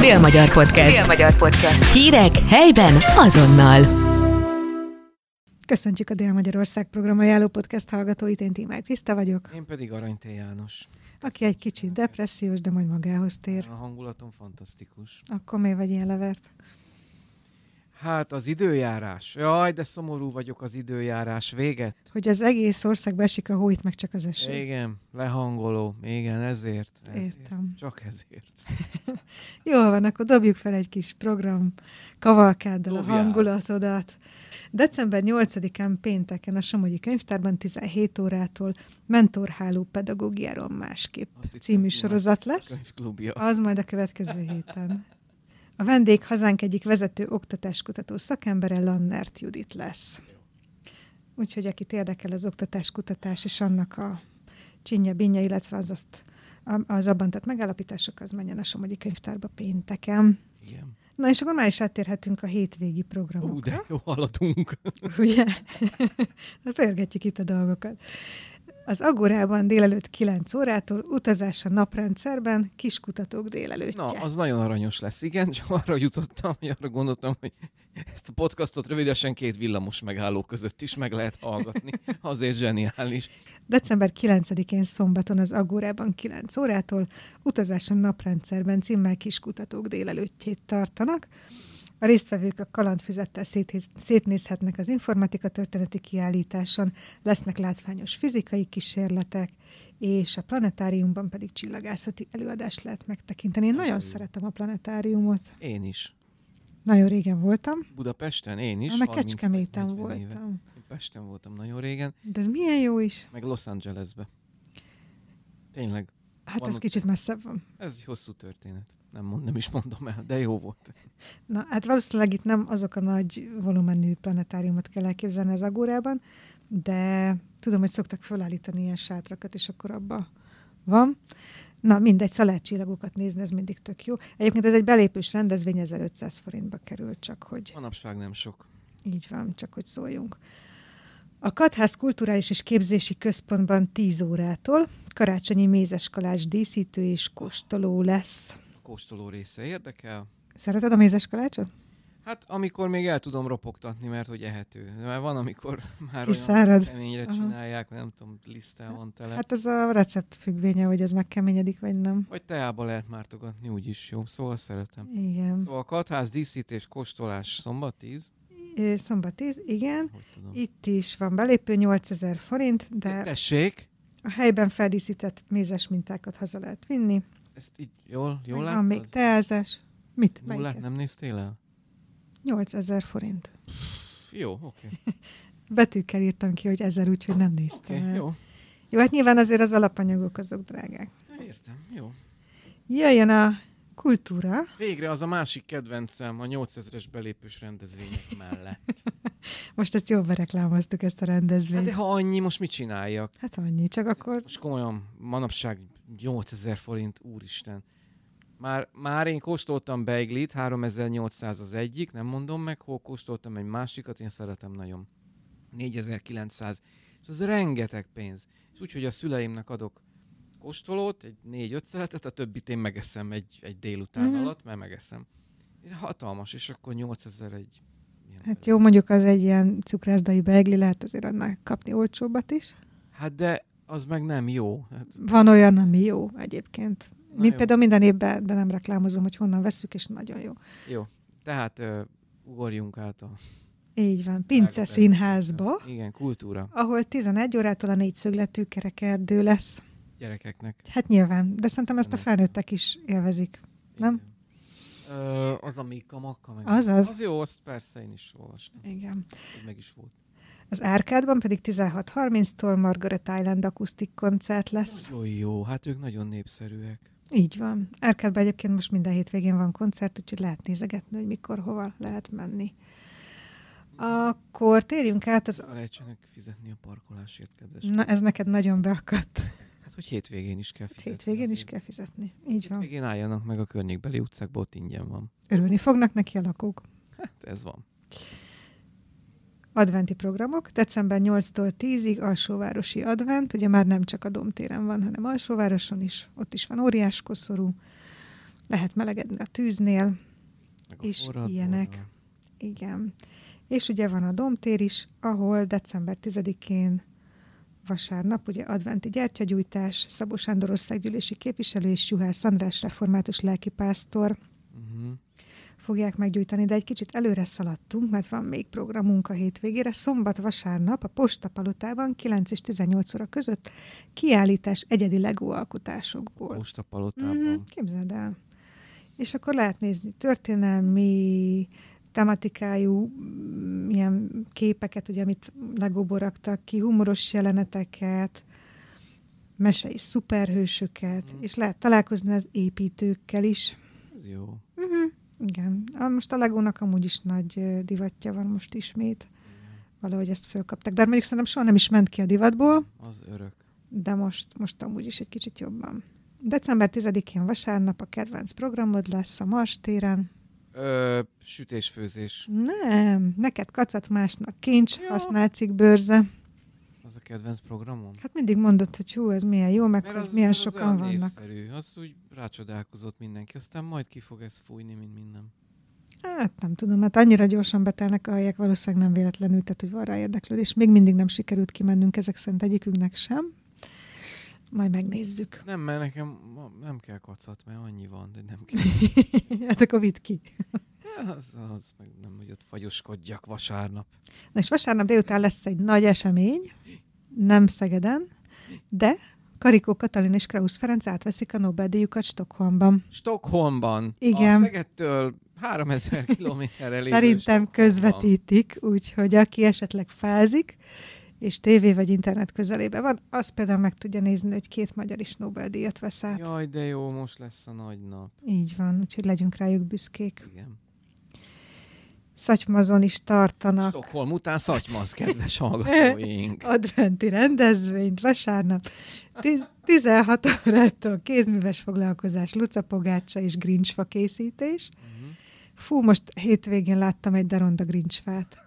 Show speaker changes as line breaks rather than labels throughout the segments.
Dél-Magyar Podcast. Dél-Magyar Podcast. Hírek helyben azonnal.
Köszöntjük a Dél-Magyarország program ajánló podcast hallgatóit, én Timár Kriszta vagyok,
Én pedig Arany T. János.
aki egy kicsit depressziós, de majd magához tér.
A hangulatom fantasztikus.
Akkor miért vagy ilyen levert?
Hát az időjárás. Jaj, de szomorú vagyok az időjárás véget.
Hogy az egész országba esik a hó, itt meg csak az eső.
Igen, lehangoló. Igen, ezért. ezért.
Értem.
Csak ezért.
Jól van, akkor dobjuk fel egy kis program kavalkáddal a
Dobjál.
hangulatodat. December 8-án pénteken a Somogyi Könyvtárban 17 órától mentorháló pedagógiáról másképp
Azt hittem,
című
Timár
sorozat
Kriszta
lesz.
Könyvklubja.
Az majd a következő héten. A vendég hazánk egyik vezető oktatáskutató szakembere Lannert Judit lesz. Úgyhogy akit érdekel az oktatáskutatás és annak a csinje, binje, illetve az, azt, a- az abban tett megállapítások, az menjen a Somogyi Könyvtárba pénteken.
Igen.
Na és akkor már is áttérhetünk a hétvégi
Ú,
programokra.
de jó haladunk.
Ugye? Hát Pörgetjük itt a dolgokat. Az Agorában délelőtt 9 órától utazás a naprendszerben, kiskutatók délelőttje.
Na, az nagyon aranyos lesz. Igen, csak arra jutottam, hogy arra gondoltam, hogy ezt a podcastot rövidesen két villamos megálló között is meg lehet hallgatni. Azért zseniális.
December 9-én szombaton az Agórában 9 órától utazáson naprendszerben címmel kiskutatók délelőttjét tartanak. A résztvevők a kalandfüzettel széthéz- szétnézhetnek az informatika történeti kiállításon, lesznek látványos fizikai kísérletek, és a planetáriumban pedig csillagászati előadást lehet megtekinteni. Én nagyon
Nagyon jó.
szeretem a planetáriumot.
Én is.
Nagyon régen voltam,
Budapesten én is.
Is meg
30
Kecskeméten
40 éve.
voltam.
Én Pesten voltam nagyon régen,
De ez milyen jó is.
meg Los Angelesbe. Tényleg,
Hát
Van
ez
ott-
kicsit messzebb van.
ez egy hosszú történet. Nem, mond, nem is mondom el, de jó volt.
Na, hát valószínűleg itt nem azok a nagy volumenű planetáriumot kell elképzelni az Agórában, de tudom, hogy szoktak fölállítani ilyen sátrakat, és akkor abba van. Na, mindegy, szóval lehet csillagokat nézni, ez mindig tök jó. Egyébként ez egy belépős rendezvény, 1500 forintba kerül, csak hogy
Manapság nem sok.
így van, csak hogy szóljunk. A Katház Kulturális és Képzési Központban 10 órától karácsonyi mézeskalács díszítő és kóstoló lesz.
A kóstoló része érdekel.
Szereted a mézeskalácsot?
Hát amikor még el tudom ropogtatni, mert hogy ehető. Mert van, amikor már
Kiszárad.
olyan keményre
Aha.
csinálják, vagy nem tudom, lisztel van tele. Hát...
Hát ez a recept függvénye, hogy ez megkeményedik, vagy nem.
Vagy teába lehet mártogatni, úgyis jó. Szóval szeretem.
Igen.
Szóval a katház díszítés, kóstolás szombat 10,
Ö, Szombat 10, igen.
hogy tudom.
Itt is van belépő, 8000 forint, de
Tessék,
a helyben feldíszített mézes mintákat haza lehet vinni.
ezt így jól, jól
Meg
láttad?
van még teázás. Mit?
Nullát
Melyiket?
nem néztél el?
8000 forint.
Jó, oké.
Betűkkel írtam ki, hogy 1000, úgyhogy nem néztem
Oké,
el.
jó.
jó, hát nyilván azért az alapanyagok azok drágák.
Értem, jó.
Jöjjön a kultúra.
Végre az a másik kedvencem a 8000-es belépős rendezvények mellett.
Most ezt jól reklámoztuk, ezt a
Hát
rendezvényt.
de ha annyi, most mit csináljak?
Hát annyi, csak akkor
Most komolyan, manapság 8000 forint, úristen. Már, már én kóstoltam beiglit, 3800 az egyik, nem mondom meg, hol kóstoltam egy másikat, én szeretem nagyon. 4900. És az rengeteg pénz. És úgy, hogy a szüleimnek adok kóstolót, egy 4 szeletet, a többit én megeszem egy, egy délután
Mhm.
mm-hmm. alatt, mert megeszem. És Hatalmas, és akkor 8000 egy... ilyen
Hát
belül.
jó, mondjuk az egy ilyen cukrászdai beigli, lehet azért annál kapni olcsóbbat is.
Hát de az meg nem jó. Hát,
Van olyan, ami jó egyébként.
na
Mi
jó.
például minden évben, de nem reklámozom, hogy honnan veszük, és nagyon jó.
Jó, tehát ö, ugorjunk át a...
Így van, Pince Színházba,
Igen, kultúra
ahol 11 órától a négyszögletű kerekerdő lesz.
gyerekeknek.
Hát nyilván, de szerintem ezt a felnőttek is élvezik. Nem?
Igen. Ö, az a Mika Makka meg.
Az az.
Az jó, azt persze én is olvastam.
Igen.
hogy Meg is volt.
Az Árkádban pedig 16.30-tól Margaret Island akusztik koncert lesz.
Nagyon jó, hát ők nagyon népszerűek.
Így van. Árkádban egyébként most minden hétvégén van koncert, úgyhogy lehet nézegetni, hogy mikor, hova lehet menni. Akkor térjünk át az...
Felejtsenek fizetni a parkolásért, kedves.
Na, ez neked nagyon beakadt.
Hát, hogy hétvégén is kell fizetni.
Hétvégén is
azért.
kell fizetni. Így van.
Hétvégén álljanak meg a környékbeli utcákba, ott ingyen van.
Örülni fognak neki a lakók.
Hát ez van.
Adventi programok. December 8-tól 10-ig alsóvárosi advent. Ugye már nem csak a Domtéren van, hanem alsóvároson is. Ott is van óriás koszorú. lehet melegedni a tűznél,
Meg
És
forradóra.
ilyenek. igen. És ugye van a Domtér is, ahol december 10-én vasárnap, ugye adventi gyertyagyújtás, Szabó Sándor országgyűlési képviselő és Juhász András református lelkipásztor
Mhm.
fogják meggyújtani, de egy kicsit előre szaladtunk, mert van még programunk a hétvégére. Szombat, vasárnap a Postapalotában 9 és 18 óra között kiállítás egyedi legóalkotásokból.
Most a palotában.
Mhm, Képzeld el. És akkor lehet nézni történelmi tematikájú mm, ilyen képeket, ugye, amit legóból raktak ki, humoros jeleneteket, mesei szuperhősöket,
Mhm.
és lehet találkozni az építőkkel is.
Ez jó.
Uh-huh. Igen. A- Most a Legónak amúgy is nagy ö, divatja van most ismét. Valahogy ezt fölkapták. Bár mondjuk szerintem soha nem is ment ki a divatból,
Az örök.
de most, most amúgy is egy kicsit jobban. December 10-én vasárnap a kedvenc programod lesz a Mars téren.
Ö, sütés-főzés.
Nem, neked kacat másnak kincs,
Jó.
használt cikk bőrze.
Az a kedvenc programom.
Hát mindig mondod, hogy hú, ez milyen jó, meg hogy milyen sokan
olyan
vannak.
Népszerű. Az úgy rácsodálkozott mindenki, aztán majd ki fog ez fújni, mint minden.
Hát nem tudom, hát annyira gyorsan betelnek a helyek, valószínűleg nem véletlenül, tehát hogy van rá érdeklődés. Még mindig nem sikerült kimennünk ezek szerint egyikünknek sem. Majd megnézzük.
Nem, mert nekem ma nem kell kacat, mert annyi van, de nem kell.
hát akkor vidd ki.
Az, az meg nem, hogy ott fagyoskodjak vasárnap.
Na és vasárnap délután lesz egy nagy esemény, nem Szegeden, de Karikó Katalin és Krausz Ferenc átveszik a Nobel-díjukat Stockholmban.
Stockholmban.
Igen.
A Szegedtől 3000 kilométerre lévő
Szerintem
Stockholmban.
közvetítik, úgyhogy aki esetleg fázik, és tévé vagy internet közelébe van, az például meg tudja nézni, hogy két magyar is Nobel-díjat vesz át.
Jaj, de jó, most lesz a nagy nap.
Így van, úgyhogy legyünk rájuk büszkék.
Igen.
Szatymazon is tartanak
Stockholm után szatymasz, kedves hallgatóink.
adventi rendezvényt vasárnap. Tiz- 16 órától kézműves foglalkozás, lucapogácsa és grincsfa készítés.
Mhm.
Fú, most hétvégén láttam egy daronda grincsfát.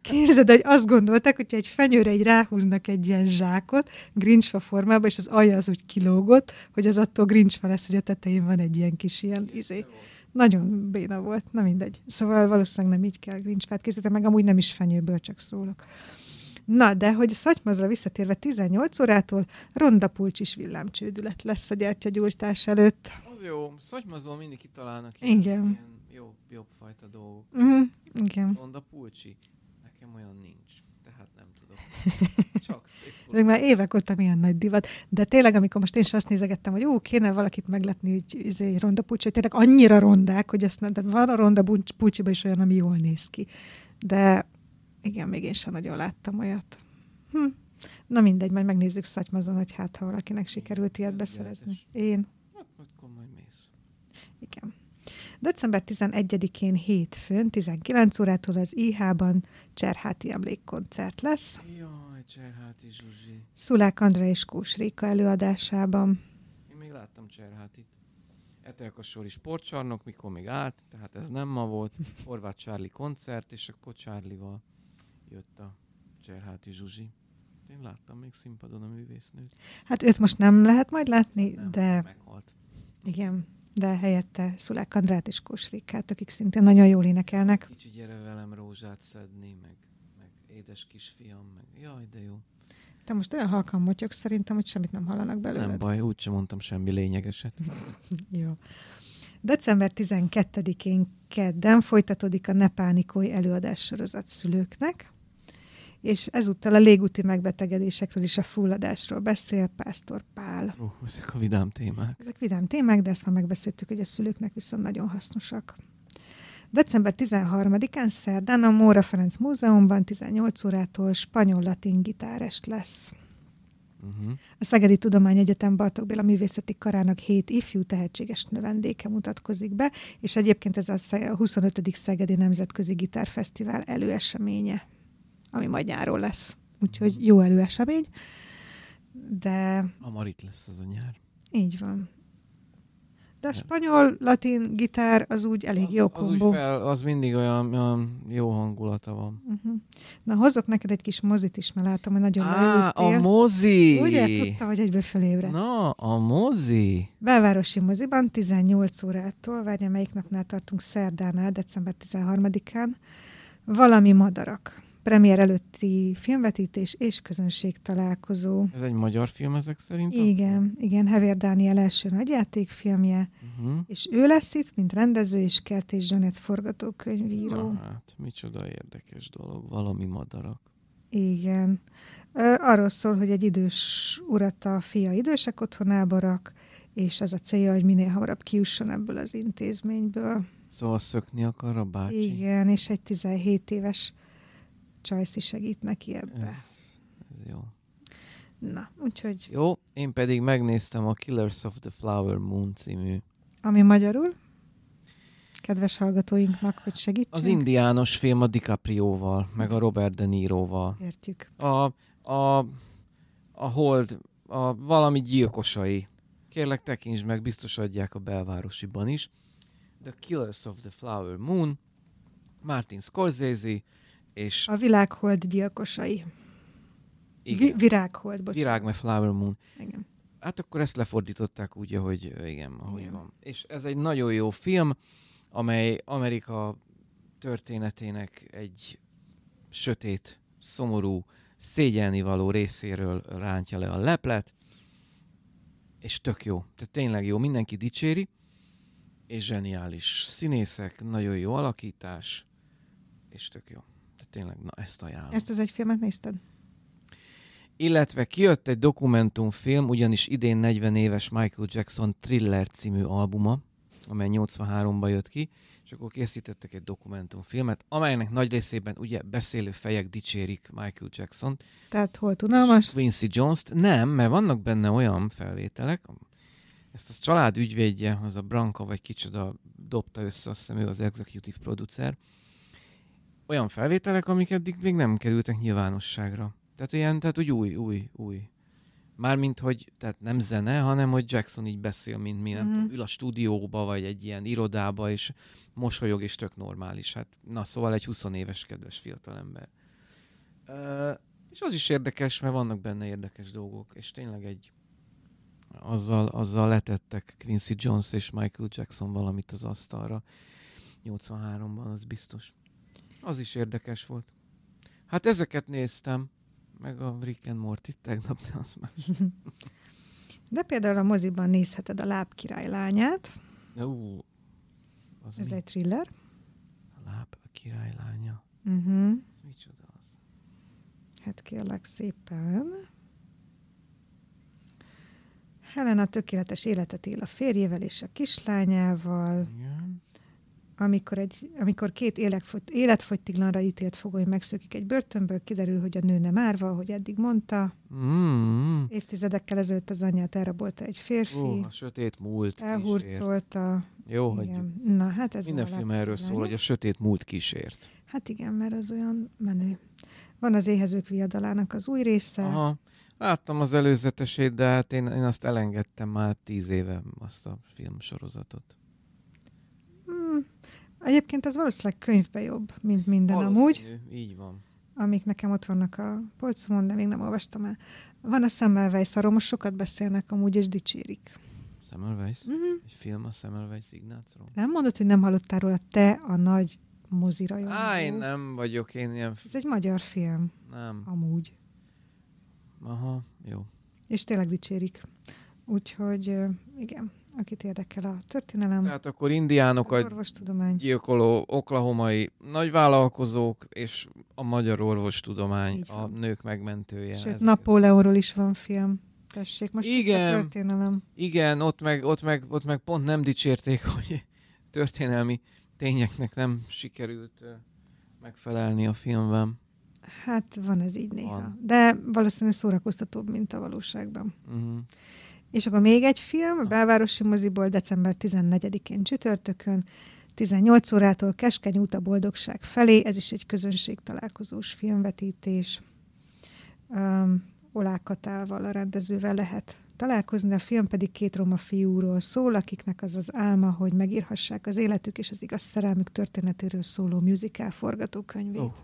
Képzeld, hogy azt gondolták, hogyha egy fenyőre így ráhúznak egy ilyen zsákot, grincsfa formába, és az alja az úgy kilógott, hogy az attól grincsfa lesz, hogy a tetején van egy ilyen kis ilyen izé. Nagyon béna volt, na mindegy. Szóval valószínűleg nem így kell grincsfát készíteni, meg amúgy nem is fenyőből csak szólok. Na, de hogy szatymazra visszatérve 18 órától rondapulcs is villámcsődület lesz a gyertyagyújtás előtt.
Az jó, szatymazon mindig kitalálnak
Igen.
ilyen jó, jobb fajta dolgok.
Uh-huh, igen.
Ronda pulcsi? Nekem olyan nincs. Tehát nem tudok. Csak szép
Még
pulcsi.
már évek óta milyen nagy divat. De tényleg, amikor most én is azt nézegettem, hogy ú, kéne valakit meglepni, hogy izé, ronda pulcsi, hogy tényleg annyira rondák, hogy azt nem, tehát van a ronda buncs- pulcsiba is olyan, ami jól néz ki. De igen, még én sem nagyon láttam olyat. Hm. Na mindegy, majd megnézzük szatymazon, hogy hát ha valakinek sikerült ilyet
Ez
beszerezni.
ügyeletes.
Én,
Hát, Akkor majd mész.
igen. December 11-én hétfőn 19 órától az IH-ban Cserháti emlékkoncert lesz.
Jaj, Cserháti Zsuzsi.
Szulák Andra és Kós Réka előadásában.
Én még láttam Cserhátit. Etelkasori sportcsarnok, mikor még állt, tehát ez nem ma volt. Horváth Csárli koncert, és akkor Csárlival jött a Cserháti Zsuzsi. Én láttam még színpadon a művésznőt.
Hát őt most nem lehet majd látni,
Nem,
de
Meghalt.
igen, de helyette Szulák Andrát és Kósrikát, akik szintén nagyon jól énekelnek.
Kicsi gyere velem rózsát szedni, meg, meg édes kisfiam, meg jaj, de jó.
Te most olyan halkan motyogsz szerintem, hogy semmit nem hallanak belőled.
Nem baj, úgysem mondtam semmi lényegeset.
Jó. December 12-én kedden folytatódik a Ne pánikolj előadássorozat szülőknek, és ezúttal a légúti megbetegedésekről és a fulladásról beszél Pásztor Pál.
Ó, ezek a vidám témák.
Ezek vidám témák, de ezt már megbeszéltük, hogy a szülőknek viszont nagyon hasznosak. December 13-án szerdán a Móra Ferenc Múzeumban 18 órától spanyol-latin gitárest lesz.
Uh-huh.
A Szegedi Tudományegyetem Bartók Béla művészeti karának hét ifjú tehetséges növendéke mutatkozik be, és egyébként ez a Sze- a 25. Szegedi Nemzetközi Gitárfesztivál előeseménye, ami majd nyáron lesz. Úgyhogy jó előesemény, de
Amarit lesz az a nyár.
így van. De a spanyol-latin gitár az úgy elég
az,
jó
az, úgy
kombó.
fel, az mindig olyan, olyan jó hangulata van.
Uh-huh. Na, hozzok neked egy kis mozit is, mert látom, hogy nagyon
Á,
leültél.
a mozi!
Ugye? Tudtam, hogy egyből fölébredt.
Na, a mozi!
Belvárosi moziban 18 órától, várja melyik napnál tartunk, szerdánál, december 13-án, valami madarak. Premier előtti filmvetítés és közönség találkozó.
Ez egy magyar film ezek szerint?
Igen, igen, Hevér Dániel első nagyjátékfilmje,
Uh-huh.
és ő lesz itt, mint rendező és Kertés Zsanett forgatókönyvíró.
Na hát, micsoda érdekes dolog. Valami madarak.
Igen. Ö, Arról szól, hogy egy idős urat a fia idősek otthonába rak, és az a célja, hogy minél hamarabb kiusson ebből az intézményből.
Szóval szökni akar a bácsi?
Igen, és egy 17 éves csajszi segít neki
Ez,
ebbe.
ez jó.
Na, úgyhogy,
Jó, én pedig megnéztem a Killers of the Flower Moon című.
ami magyarul, kedves hallgatóinknak, hogy segítsünk.
Az indiános film a DiCaprioval, meg a Robert De Niroval.
Értjük.
A, a, a hold, a valami gyilkosai. Kérlek, tekintsd meg, biztos adják a belvárosiban is. The Killers of the Flower Moon, Martin Scorsese, és
A világhold gyilkosai. Vi-
igen,
virághold, bocsánat.
Virág, meg Flower Moon.
Igen.
Hát akkor ezt lefordították úgy, ahogy ö, igen, ahogy
Igen.
van. És ez egy nagyon jó film, amely Amerika történetének egy sötét, szomorú, szégyelnivaló részéről rántja le a leplet, és tök jó. Tehát tényleg jó, mindenki dicséri, és zseniális színészek, nagyon jó alakítás, és tök jó. Tehát tényleg, na ezt ajánlom.
Ezt az egy filmet nézted?
Illetve kijött egy dokumentumfilm, ugyanis idén 40 éves Michael Jackson Thriller című albuma, amely 83-ban jött ki, és akkor készítettek egy dokumentumfilmet, amelynek nagy részében ugye beszélő fejek dicsérik Michael Jackson
Tehát hol
és
tunalmas?
Quincy Jones-t. Nem, mert vannak benne olyan felvételek, ezt a család ügyvédje, az a Branka vagy kicsoda dobta össze, azt hiszem ő az executive producer, olyan felvételek, amik eddig még nem kerültek nyilvánosságra. Tehát ilyen, tehát úgy új, új, új. Mármint, hogy tehát nem zene, hanem hogy Jackson így beszél, mint mi, nem
Mhm.
tudom, ül a stúdióba, vagy egy ilyen irodába, és mosolyog, és tök normális. Hát, na, szóval egy 20 éves kedves fiatalember. Ö, és az is érdekes, mert vannak benne érdekes dolgok, és tényleg egy azzal, azzal letettek Quincy Jones és Michael Jackson valamit az asztalra. 83-ban, az biztos. Az is érdekes volt. Hát ezeket néztem, meg a Rick and Morty tegnap, de az már...
De például a moziban nézheted a lábkirály lányát,
Ú, az
ez
mi?
egy thriller.
A láb a királylánya.
Uh-huh.
Ez micsoda az?
Hát kérlek szépen. Helena tökéletes életet él a férjével és a kislányával,
Igen.
amikor, egy, amikor két életfogy, életfogytiglanra ítélt fogoly megszökik egy börtönből, kiderül, hogy a nő nem árva, ahogy eddig mondta.
Mm.
Évtizedekkel ezelőtt az anyját elrabolta egy férfi,
Ó,
oh,
a sötét múlt kísért.
elhurcolta.
Jó, hagyjuk.
Igen. Na, hát ez
Minden
a
film erről
lábkirály.
szól, hogy a sötét múlt kísért.
Hát igen, mert az olyan menő. Van az éhezők viadalának az új része.
Aha. Láttam az előzetesét, de hát én, én azt elengedtem már tíz éve, azt a filmsorozatot.
Hmm. Egyébként ez valószínűleg könyvbe jobb, mint minden amúgy,
Valószínű, Így van.
amik nekem ott vannak a polcomon, de még nem olvastam el. Van a Semmelweis, arról most sokat beszélnek amúgy, és dicsérik.
Semmelweis?
Mhm.
Egy film a Semmelweis Ignácról?
Nem mondod, hogy nem hallottál róla te a nagy mozirajongó?
Á, én nem vagyok, én ilyen...
Ez egy magyar film,
Nem.
amúgy.
Aha, jó.
És tényleg dicsérik. Úgyhogy ö, igen, akit érdekel a történelem,
Tehát Hát, akkor
az
indiánokat
orvostudomány.
gyilkoló oklahomai nagyvállalkozók és a magyar orvostudomány,
Így
a
van.
nők megmentője.
Sőt,
Ezek-
Napóleonról is van film. Tessék, most
Igen.
igen. történelem.
Igen, ott meg, ott, meg, ott meg pont nem dicsérték, hogy történelmi tényeknek nem sikerült ö, megfelelni a filmben.
Hát van ez így néha.
Van.
Van. De valószínűleg szórakoztatóbb, mint a valóságban.
Uh-huh.
És akkor még egy film, a Belvárosi moziból december 14-én csütörtökön, 18 órától Keskeny út a boldogság felé, ez is egy közönség találkozós filmvetítés. Um, Olá Katával, a rendezővel lehet találkozni, a film pedig két roma fiúról szól, akiknek az az álma, hogy megírhassák az életük és az igaz szerelmük történetéről szóló musical forgatókönyvét. Oh.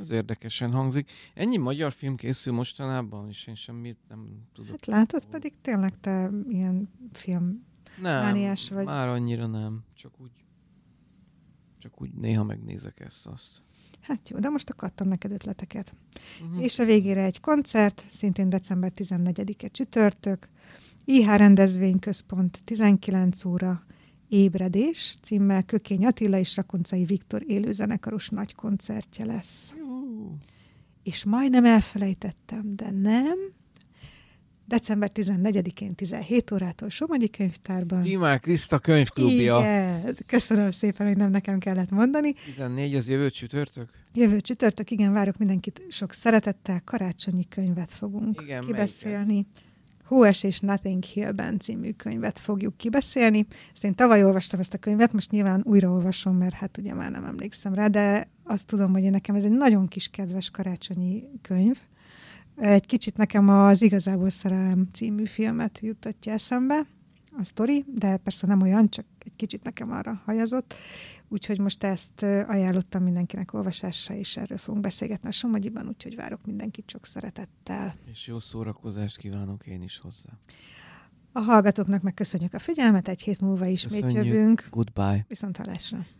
Ez érdekesen hangzik. Ennyi magyar film készül mostanában, és én semmit nem tudok.
Hát látod, pedig tényleg te ilyen film
nem,
mániás vagy.
már annyira nem. Csak úgy, csak úgy néha megnézek ezt azt.
Hát jó, de most akkor adtam neked ötleteket.
Mhm.
És a végére egy koncert, szintén december 14-e csütörtök, IH rendezvényközpont 19 óra ébredés címmel Kökény Attila és Rakoncai Viktor élőzenekaros nagy koncertje lesz.
Jú.
És majdnem elfelejtettem, de nem. December 14-én 17 órától Somogyi könyvtárban.
Timár Kriszta könyvklubja.
Igen, köszönöm szépen, hogy nem nekem kellett mondani.
14 az jövő csütörtök?
Jövő csütörtök, igen, várok mindenkit sok szeretettel, karácsonyi könyvet fogunk
Igen,
kibeszélni. Hóes és Nothing Hill-ben című könyvet fogjuk kibeszélni. Ezt én tavaly olvastam ezt a könyvet, most nyilván újraolvasom, mert hát ugye már nem emlékszem rá, de azt tudom, hogy nekem ez egy nagyon kis kedves karácsonyi könyv. Egy kicsit nekem az Igazából szerelem című filmet juttatja eszembe, a sztori, de persze nem olyan, csak egy kicsit nekem arra hajazott. Úgyhogy most ezt ö, ajánlottam mindenkinek olvasásra, és erről fogunk beszélgetni a Somogyiban, úgyhogy várok mindenkit sok szeretettel.
És jó szórakozást kívánok én is hozzá.
A hallgatóknak megköszönjük a figyelmet, egy hét múlva ismét
Köszönjük.
jövünk.
Goodbye.
Viszont hallásra!